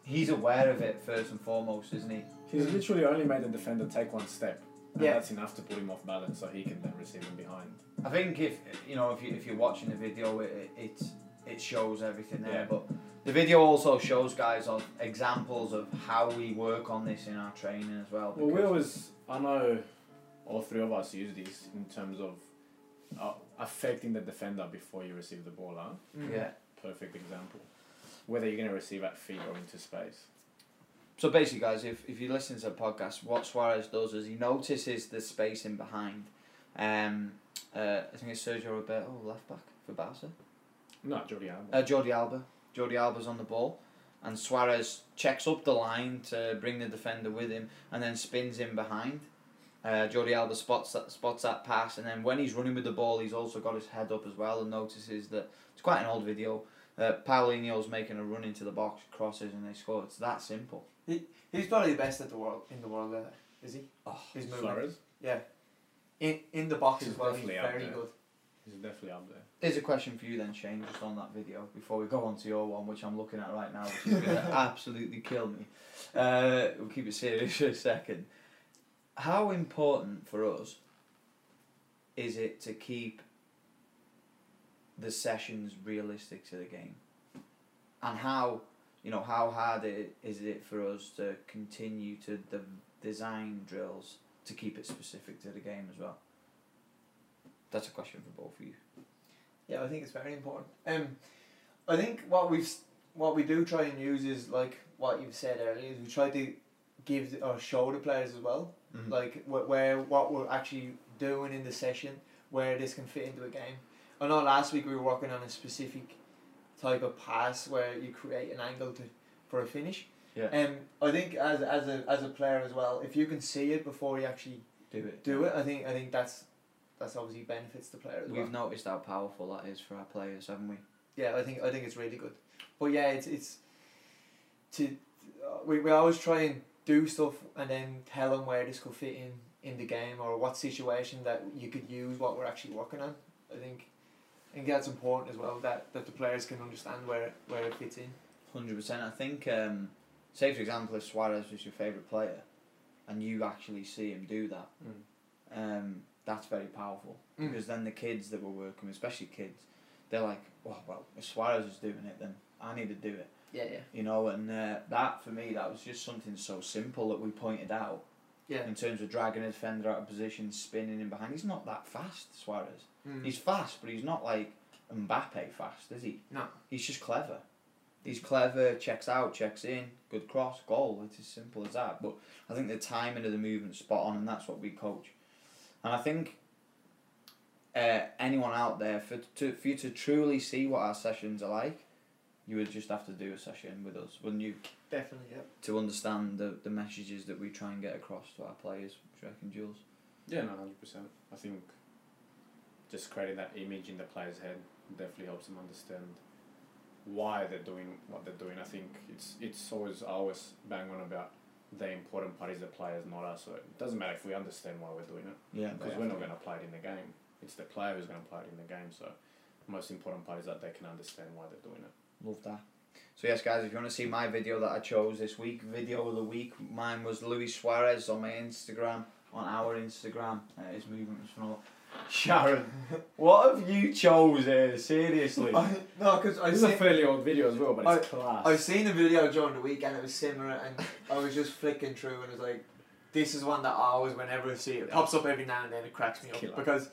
S1: he's aware of it first and foremost, isn't he?
S3: He's literally only made the defender take one step. And
S2: Yeah.
S3: That's enough to put him off balance so he can then receive him behind.
S1: I think if you know if you if you're watching the video, it it, it shows everything there.
S3: Yeah.
S1: But the video also shows guys on examples of how we work on this in our training as well.
S3: Well, we
S1: because-
S3: always, I know all three of us use this in terms of uh, affecting the defender before you receive the ball, huh?
S1: yeah.
S3: Perfect example. Whether you're going to receive at feet or into space.
S1: So basically, guys, if, if you listen to the podcast, what Suarez does is he notices the space in behind. Um, uh, I think it's Sergio Roberto, left back for Barca.
S3: Not Jordi Alba.
S1: Uh, Jordi Alba. Jordi Alba's on the ball, and Suarez checks up the line to bring the defender with him, and then spins in behind. Uh, Jordi Alba spots that spots that pass, and then when he's running with the ball, he's also got his head up as well, and notices that it's quite an old video. Uh, Paulinho's making a run into the box, crosses, and they score. It's that simple.
S2: He's probably the best at the world in the world. At it, is he? His movement.
S3: Suarez?
S2: Yeah. In in the box
S3: Oh, He's
S2: as well. He's
S3: definitely up
S2: very
S3: there.
S2: good.
S3: He's definitely up there.
S1: Here's a question for you then, Shane, just on that video before we go on to your one, which I'm looking at right now, which is going to absolutely kill me. Uh, we'll keep it serious for a second. How important for us is it to keep the sessions realistic to the game? And how, you know, how hard it, is it for us to continue to de- design drills to keep it specific to the game as well? That's a question for both of you.
S2: Yeah, I think it's very important. Um, I think what we've s- what we do try and use is like what you've said earlier. Is we try to give the- or show the players as well,
S1: Mhm.
S2: like wh- where what we're actually doing in the session, where this can fit into a game. I know last week we were working on a specific type of pass where you create an angle to for a finish.
S1: Yeah.
S2: Um, I think as as a as a player as well, if you can see it before you actually
S1: Do it.
S2: do it, I think I think that's that's obviously benefits the player as well.
S1: We've noticed how powerful that is for our players, haven't we?
S2: yeah, I think I think it's really good. But yeah, it's it's to uh, we, we always try and do stuff and then tell them where this could fit in in the game or what situation that you could use what we're actually working on. I think I think that's important as well that, that the players can understand where where it fits in.
S1: Hundred percent. I think, um, say for example, if Suarez was your favourite player, and you actually see him do that,
S3: Mm.
S1: um, that's very powerful.
S2: Mm.
S1: Because then the kids that we're working, with, especially kids, they're like, "Well, well, if Suarez is doing it, then I need to do it."
S2: Yeah, yeah,
S1: You know, and uh, that for me, that was just something so simple that we pointed out
S2: yeah.
S1: in terms of dragging a defender out of position, spinning him behind. He's not that fast, Suarez.
S2: Mm.
S1: He's fast, but he's not like Mbappe fast, is he?
S2: No.
S1: He's just clever. He's clever, checks out, checks in, good cross, goal. It's as simple as that. But I think the timing of the movement's spot on, and that's what we coach. And I think uh, anyone out there, for, to, for you to truly see what our sessions are like, you would just have to do a session with us, wouldn't you?
S2: definitely. Yeah.
S1: To understand the, the messages that we try and get across to our players. What do you reckon, Jules?
S3: Yeah, no, 100%. I think just creating that image in the player's head definitely helps them understand why they're doing what they're doing. I think it's it's always I always bang on about the important part is the players, not us. So it doesn't matter if we understand why we're doing it
S1: Yeah,
S3: because we're not going to play it in the game. It's the player who's going to play it in the game. So the most important part is that they can understand why they're doing it.
S1: Love that. So yes, guys, if you want to see my video that I chose this week, video of the week, mine was Luis Suarez on my Instagram, on our Instagram. Uh, his movement was phenomenal. Sharon, what have you chosen? Seriously,
S2: I, no, because I
S3: This is a
S2: seen,
S3: fairly old video as well, but it's class.
S2: I seen a video during the weekend. It was similar, and I was just flicking through, and it was like, "This is one that I always, whenever I see it, it pops up every now and then. It cracks me up
S3: Killer.
S2: because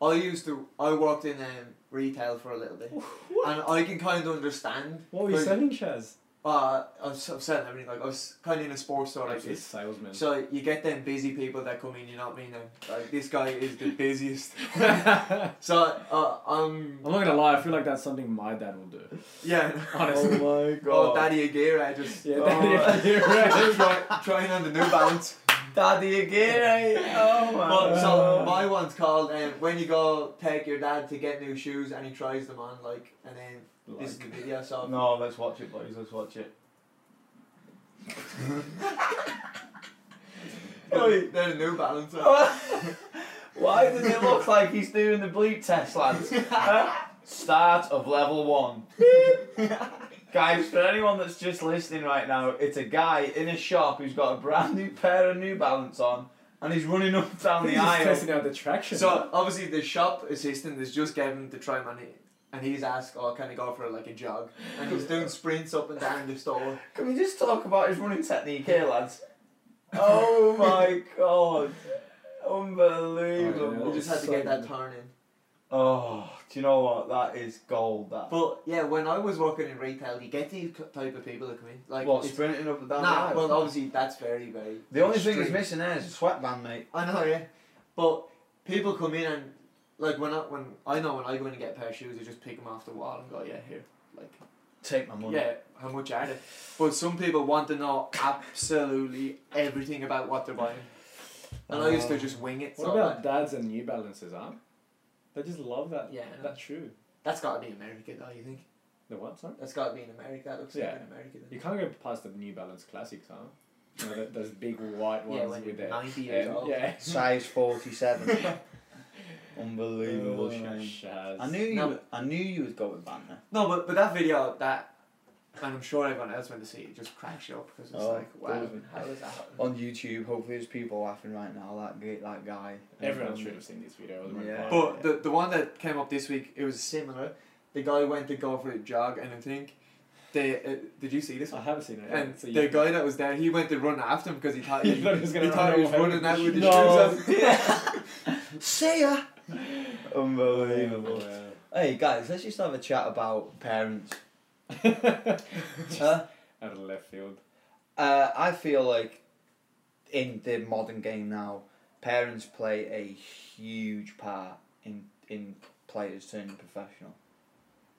S2: I used to. I worked in um, retail for a little bit, and I can kind of understand.
S3: what were you
S2: like,
S3: selling, Chaz?
S2: I uh, I was I'm saying everything like I was kind of in a sports store like
S3: Like
S2: this.
S3: salesman.
S2: So you get them busy people that come in. You know what I mean? And, like this guy is the busiest.
S3: I'm
S2: so uh, um,
S3: not gonna lie. I feel like that's something my dad will do.
S2: yeah.
S3: Honestly.
S1: my god.
S2: Oh, Daddy Aguirre just
S3: Yeah,
S1: Oh.
S3: that- you're right.
S2: try, trying on the New Balance.
S1: Daddy Aguirre. Oh my
S2: Well,
S1: god.
S2: so my one's called um, when you go take your dad to get new shoes and he tries them on like and then this is the video so
S1: No, let's watch it, boys. Let's watch it.
S2: They're- they're New Balance.
S1: Oh. Why does it look like he's doing the bleep test, lads? Start of level one. Guys, for anyone that's just listening right now, it's a guy in a shop who's got a brand new pair of New Balance on, and he's running up and down the
S3: He's just
S1: aisle.
S3: testing out the traction.
S2: So obviously the shop assistant is just getting to try money and he's asked, "Oh, can I go for like a jog?" And he's doing sprints up and down the store.
S1: Can we just talk about his running technique here, lads? Oh my god. Unbelievable.
S3: Oh,
S2: We just had to get that turn in.
S1: Oh, do you know what? That is gold. That.
S2: But yeah, when I was working in retail, you get these type of people that come in. Like
S1: what,
S2: it's-
S1: sprinting up and down the
S2: nah,
S1: aisle?
S2: well obviously that's very very.
S1: the only thing
S2: extreme.
S1: he's missing there is a sweatband, mate.
S2: I know, yeah. But people come in and like when I when I know when I go in and get a pair of shoes, I just pick them off the wall and go, yeah, here, like
S1: Take my money.
S2: yeah, how much are they? But some people want to know absolutely everything about what they're buying, and I used to just wing it.
S3: Uh, what
S2: so
S3: about dads and New Balances, huh? They just love that.
S2: like, yeah,
S3: That shoe.
S2: that's got to be America, though. You think
S3: The what? Sorry.
S2: that's got to be in America? That looks
S3: Yeah.
S2: like in America. Then.
S3: You can't go past the New Balance Classics, huh? You know, th- those big white ones
S2: Yeah, when
S3: with
S2: you're
S3: their
S2: 90 years
S3: M-
S2: old.
S3: Yeah.
S1: Size 47. Unbelievable
S3: Oh,
S1: shame.
S3: Shaz.
S1: I knew you.
S2: No.
S1: I knew you was going back there.
S2: No, but but that video that. And I'm sure everyone else went to see it just crashed up because it's
S1: Oh,
S2: like, wow,
S1: good.
S2: how is that? happening?
S1: on YouTube. Hopefully, there's people laughing right now. That guy, that guy. Um,
S3: Everyone should have seen Oh this video. It was
S1: Yeah.
S3: viral.
S2: But the, the one that came up this week, it was similar. The guy went to go for a jog, and I think they uh, did you see this
S3: I
S2: one?
S3: haven't seen it.
S2: And
S3: so
S2: the guy that was there, he went to run after him because he thought he,
S3: He thought he was gonna
S2: thought
S3: run
S2: he was
S3: away.
S2: running out with his
S3: No.
S2: shoes. off. Yeah.
S1: See ya. Unbelievable.
S3: Unbelievable.
S1: Hey guys, let's just have a chat about parents.
S3: Out
S1: Huh?
S3: of left field.
S1: Uh, I feel like in the modern game now, parents play a huge part in in players turning professional.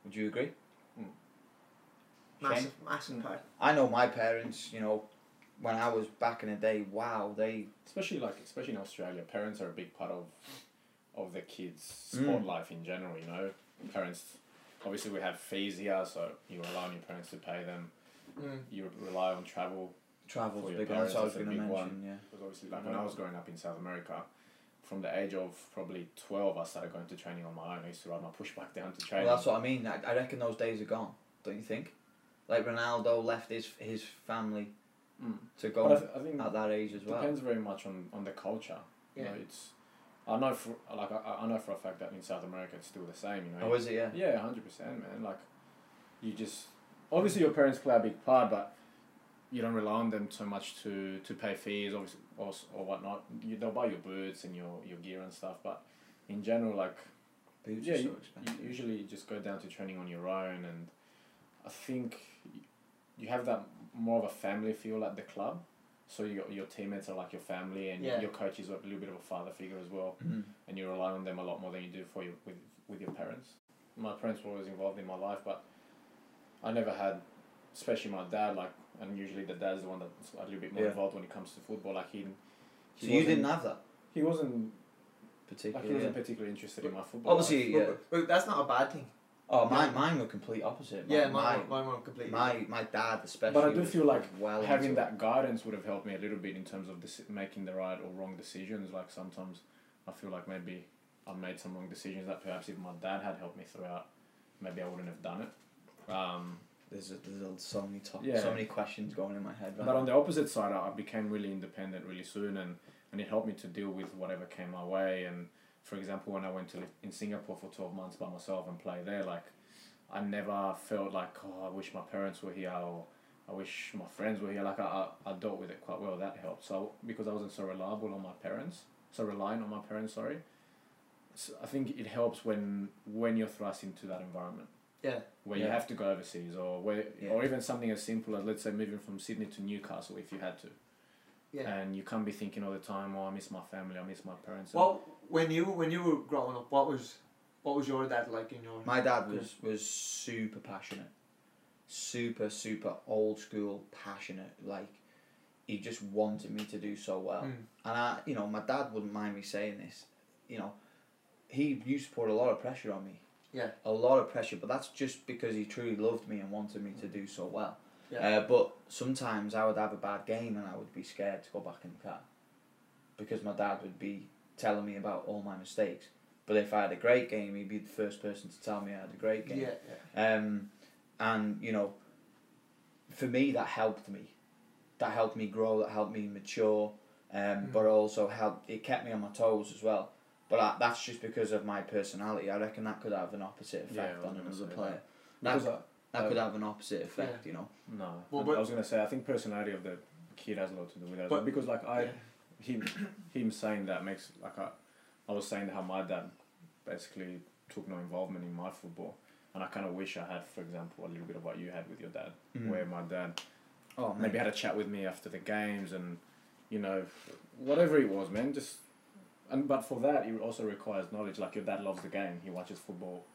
S1: Would you agree?
S3: Hmm.
S2: Massive, massive part.
S1: I know my parents. You know, when I was back in the day, wow, they
S3: Especially like especially in Australia, parents are a big part of of the kids'
S1: Mm.
S3: sport life in general, you know. Parents obviously we have fees here, so you rely on your parents to pay them.
S2: Mm.
S3: You rely on travel
S1: travel
S3: For
S1: to
S3: your
S1: big. That's
S3: parents,
S1: what I was
S3: that's a
S1: going to
S3: big
S1: mention.
S3: one.
S1: Yeah.
S3: Because obviously, like when
S2: Mm.
S3: I was growing up in South America, from the age of probably 12, I started going to training on my own. I used to ride my pushback down to training.
S1: Well, that's what I mean. I, I reckon those days are gone. Don't you think? Like Ronaldo left his his family
S3: Mm.
S1: to
S3: But I,
S1: go
S3: th- I think
S1: at that age as
S3: it
S1: well.
S3: depends very much on, on the culture. You
S2: Yeah.
S3: know, it's, I know for, like, I, I know for a fact that in South America it's still the same, you know.
S1: Oh, is it? Yeah.
S3: Yeah, hundred percent, man. Like, you just obviously your parents play a big part, but you don't rely on them so much to to pay fees, obviously, or s- or whatnot. You, they'll buy your boots and your your gear and stuff, but in general, like,
S1: Boots
S3: yeah,
S1: are so
S3: you,
S1: expensive.
S3: you usually just go down to training on your own, and I think y- you have that more of a family feel at the club. So your, your teammates are like your family, and
S2: Yeah.
S3: your coach is a little bit of a father figure as well
S1: Mhm.
S3: and you rely on them a lot more than you do for your with with your parents. My parents were always involved in my life, but I never had, especially my dad. Like, and usually the dad's the one that's a little bit more
S1: Yeah.
S3: involved when it comes to football. Like he,
S1: So
S3: he
S1: you
S3: wasn't-
S1: didn't have that
S3: He wasn't. Like he
S1: particularly.
S3: wasn't
S1: yeah.
S3: particularly interested in my football.
S1: Obviously,
S2: But-
S1: yeah.
S2: but, but that's not a bad thing.
S1: Oh,
S2: Yeah.
S1: mine, mine were complete opposite. My,
S2: yeah,
S1: my,
S2: mine, mine weren't
S1: my,
S2: completely.
S1: my, dad especially.
S3: But I do
S1: was-
S3: feel like
S1: was well
S3: having
S1: into
S3: that guidance would have helped me a little bit in terms of deci- making the right or wrong decisions. Like sometimes I feel like maybe I made some wrong decisions that perhaps if my dad had helped me throughout, maybe I wouldn't have done it. Um,
S1: it. There's, a, there's a, so many top,
S3: Yeah.
S1: so many questions going in my head. Right
S3: But on
S1: now.
S3: the opposite side, I I became really independent really soon, and, and it helped me to deal with whatever came my way. And for example, when I went to live in Singapore for twelve months by myself and play there, like I never felt like oh, I wish my parents were here or I wish my friends were here. Like I, I, I dealt with it quite well. That helped. So because I wasn't so reliable on my parents, so reliant on my parents. Sorry. So I think it helps when when you're thrust into that environment.
S2: Yeah.
S3: where you
S1: Yeah.
S3: have to go overseas, or where,
S1: Yeah.
S3: or even something as simple as let's say moving from Sydney to Newcastle if you had to,
S2: Yeah.
S3: and you can't be thinking all the time, oh, I miss my family, I miss my parents. and-
S2: Well, when you when you were growing up, what was what was your dad like in your?
S1: My dad was was super passionate, super super old school passionate. Like he just wanted me to do so well,
S2: Mm.
S1: and I, you know, my dad wouldn't mind me saying this. You know, he used to put a lot of pressure on me.
S2: Yeah.
S1: A lot of pressure, but that's just because he truly loved me and wanted me to do so well.
S2: Yeah.
S1: Uh, but sometimes I would have a bad game and I would be scared to go back in the car because my dad would be telling me about all my mistakes. But if I had a great game, he'd be the first person to tell me I had a great
S2: yeah,
S1: game.
S2: yeah,
S1: Um, and you know, for me that helped me. That helped me grow. That helped me mature. Um,
S3: Hmm.
S1: but also helped. It kept me on my toes as well. But I, that's just because of my personality. I reckon that could have an opposite
S3: Yeah,
S1: effect
S3: I
S1: on
S3: was
S1: him
S3: gonna
S1: as a
S3: say Uh,
S1: player.
S3: Because
S1: That,
S3: I-
S1: that
S3: I-
S1: could have an opposite effect. You know.
S3: No.
S2: Well,
S3: I-
S2: but-
S3: I was gonna say I think personality of the kid has a lot to do with that.
S2: But-
S3: because like I
S2: yeah.
S3: him him saying that makes like I I was saying how my dad basically took no involvement in my football. And I kinda wish I had, for example, a little bit of what you had with your dad.
S1: Mm.
S3: Where my dad
S1: Oh,
S3: Hmm. maybe
S1: mate.
S3: had a chat with me after the games and you know whatever it was, man, just and but for that it also requires knowledge. Like your dad loves the game, he watches football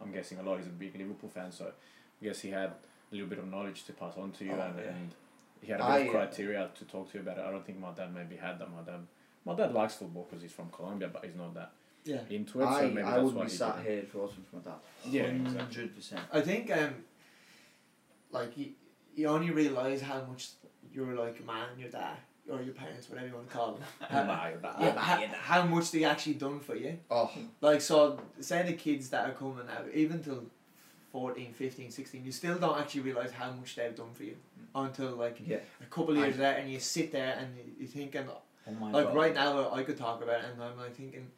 S3: I'm guessing a lot. He's a big Liverpool fan, so I guess he had a little bit of knowledge to pass on to you,
S1: Oh,
S3: and,
S1: yeah.
S3: and he had a bit
S1: I, uh,
S3: of criteria to talk to you about it. I don't think my dad maybe had that. My dad, my dad likes football because he's from Colombia, but he's not that
S2: yeah.
S3: into it. so
S1: I,
S3: maybe
S1: I
S3: that's
S1: wouldn't
S3: why
S1: be
S3: he
S1: sat
S3: didn't.
S1: here if it wasn't for my dad.
S3: Yeah, exactly.
S1: hundred percent.
S2: I think um, like you, you only realize how much you're like a man, your dad, or your parents, whatever you want to call them.
S3: Nah, your dad.
S2: Yeah, how, Uh, how much they actually done for you.
S1: Oh,
S2: Like, so, say the kids that are coming out, even till 14, 15, 16, you still don't actually realise how much they've done for you until, like,
S1: yeah.
S2: a couple of years later, and you sit there and you- you're thinking,
S1: Oh my
S2: like,
S1: god.
S2: right now, I could talk about it, and I'm, like, thinking,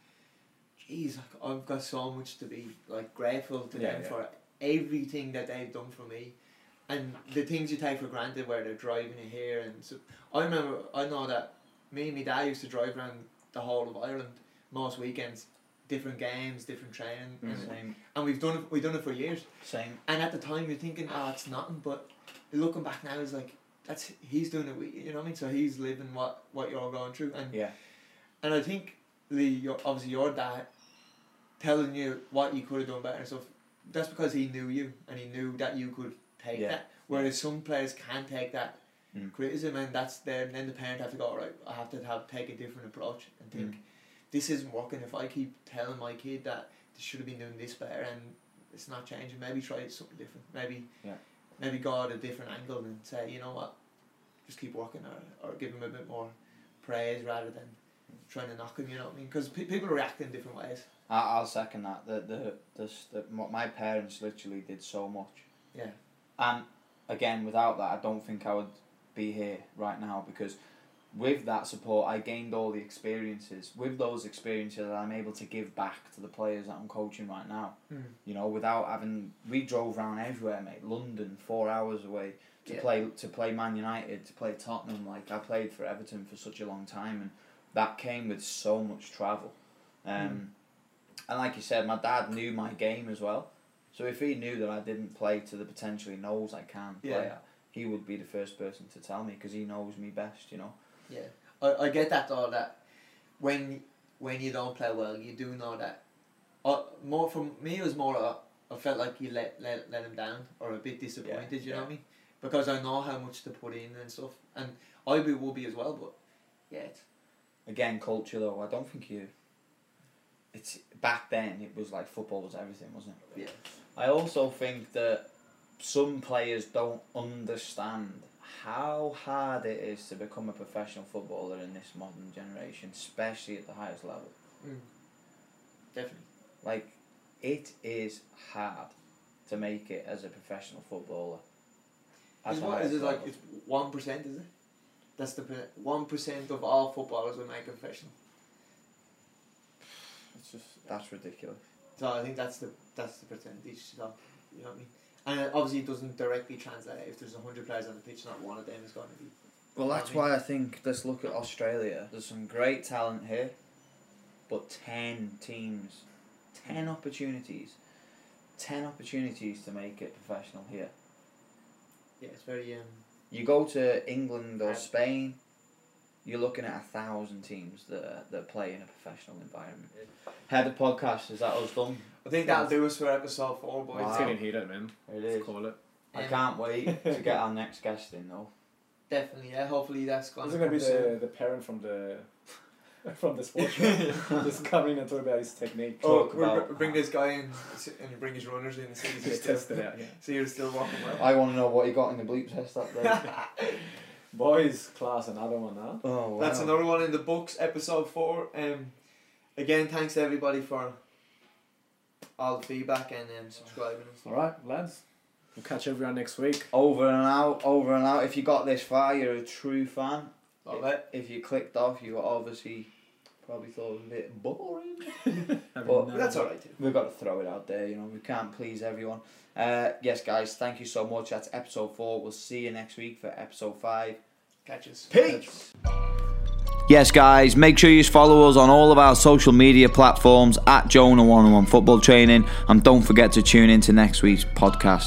S2: geez, like, I've got so much to be, like, grateful to
S3: Yeah,
S2: them
S3: yeah.
S2: for everything that they've done for me. And the things you take for granted, where they're driving you here, and so I remember, I know that me and my dad used to drive around the whole of Ireland most weekends, different games, different training,
S3: Mm.
S2: and,
S1: Same,
S2: and we've done it. We've done it for years.
S1: same.
S2: And at the time, you're thinking, oh, it's nothing. But looking back now, is like that's he's doing it. with you. You know what I mean? So he's living what what you're going through, and
S1: Yeah.
S2: and I think Lee, your obviously your dad telling you what you could have done better and stuff. That's because he knew you and he knew that you could take
S1: Yeah.
S2: that. Whereas some players can take that
S3: Hmm.
S1: Mm.
S2: criticism and that's there. Then the parent have to go right. I have to have take a different approach and think this isn't working. If I keep telling my kid that they should have been doing this better and it's not changing, maybe try something different. Maybe
S3: Yeah.
S2: maybe go at a different angle and say you know what, just keep working or or give him a bit more praise rather than trying to knock him. You know what I mean? Because pe- people react in different ways.
S1: I, I'll second that. The, the, the, s- the, my- my parents literally did so much.
S2: Yeah.
S1: And again, without that, I don't think I would be here right now because with that support, I gained all the experiences. With those experiences, I'm able to give back to the players that I'm coaching right now.
S2: Mm.
S1: You know, without having, we drove around everywhere, mate. London, four hours away to
S2: Yeah.
S1: play to play Man United, to play Tottenham. Like I played for Everton for such a long time, and that came with so much travel. Um,
S2: Hmm.
S1: And like you said, my dad knew my game as well. So if he knew that I didn't play to the potential he knows I can play
S2: Yeah.
S1: at, he would be the first person to tell me because he knows me best. You know.
S2: Yeah, I, I get that though that when when you don't play well, you do know that. Uh, more from me, it was more uh, I felt like you let let let him down or a bit disappointed. you know
S1: yeah.
S2: what I mean? Because I know how much to put in and stuff, and I be will be as well. But yeah, it's,
S1: Again, culture though, I don't think you. It's back then. It was like football was everything, wasn't it?
S2: yeah,
S1: I also think that some players don't understand how hard it is to become a professional footballer in this modern generation, especially at the highest level.
S2: mm, definitely.
S1: Like, it is hard to make it as a professional footballer. at
S2: Is
S1: the
S2: what is
S1: highest
S2: it like?
S1: level.
S2: It's one percent, is it? That's the one percent of all footballers will make a professional.
S3: It's just
S1: That's ridiculous.
S2: So I think that's the that's the percentage. So you know what I mean. And it obviously, it doesn't directly translate. If there's hundred players on the pitch, not one of them is going to be.
S1: Well, that's
S2: I
S1: why I think let's look at Australia. There's some great talent here, but 10 teams, 10 opportunities. ten opportunities to make it professional here.
S2: Yeah, it's very. Um,
S1: You go to England or
S2: Right.
S1: Spain, you're looking at a thousand teams that that play in a professional environment. Head of podcast is that us done?
S2: I think that'll do us for episode four, boys.
S1: Wow.
S3: It's getting heated, man.
S1: It
S3: Let's call it.
S1: I
S2: Um,
S1: can't wait to get our next guest in though.
S2: Definitely, yeah. Hopefully that's gonna.
S4: This is gonna be
S2: come soon.
S4: the, the parent from the from the sports show. just coming and talk about his technique.
S2: Oh,
S1: talk
S2: we'll br-
S1: about-
S2: bring this guy in s- and bring his runners in and see if he's
S3: Just
S2: still,
S3: test it out. Yeah.
S2: see if he's still walking well.
S1: I want to know what he got in the bleep test that day.
S4: Boys class, another one, huh?
S1: oh, wow.
S2: That's another one in the books, episode four. Um, again, thanks to everybody for all the feedback and um, subscribing. and stuff.
S3: All right, lads. We'll catch everyone next week.
S1: Over and out, over and out. If you got this far, you're a true fan.
S2: Love it.
S1: If you clicked off, you obviously probably thought it was a bit boring.
S3: Have
S1: Well,
S2: But that's alright too.
S1: We've got to throw it out there, you know, we can't please everyone. Uh, yes, guys, thank you so much. That's episode four. We'll see you next week for episode five.
S2: Catch us.
S1: Peace! Yes, guys, make sure you follow us on all of our social media platforms at Jonah101 Football Training and don't forget to tune in to next week's podcast.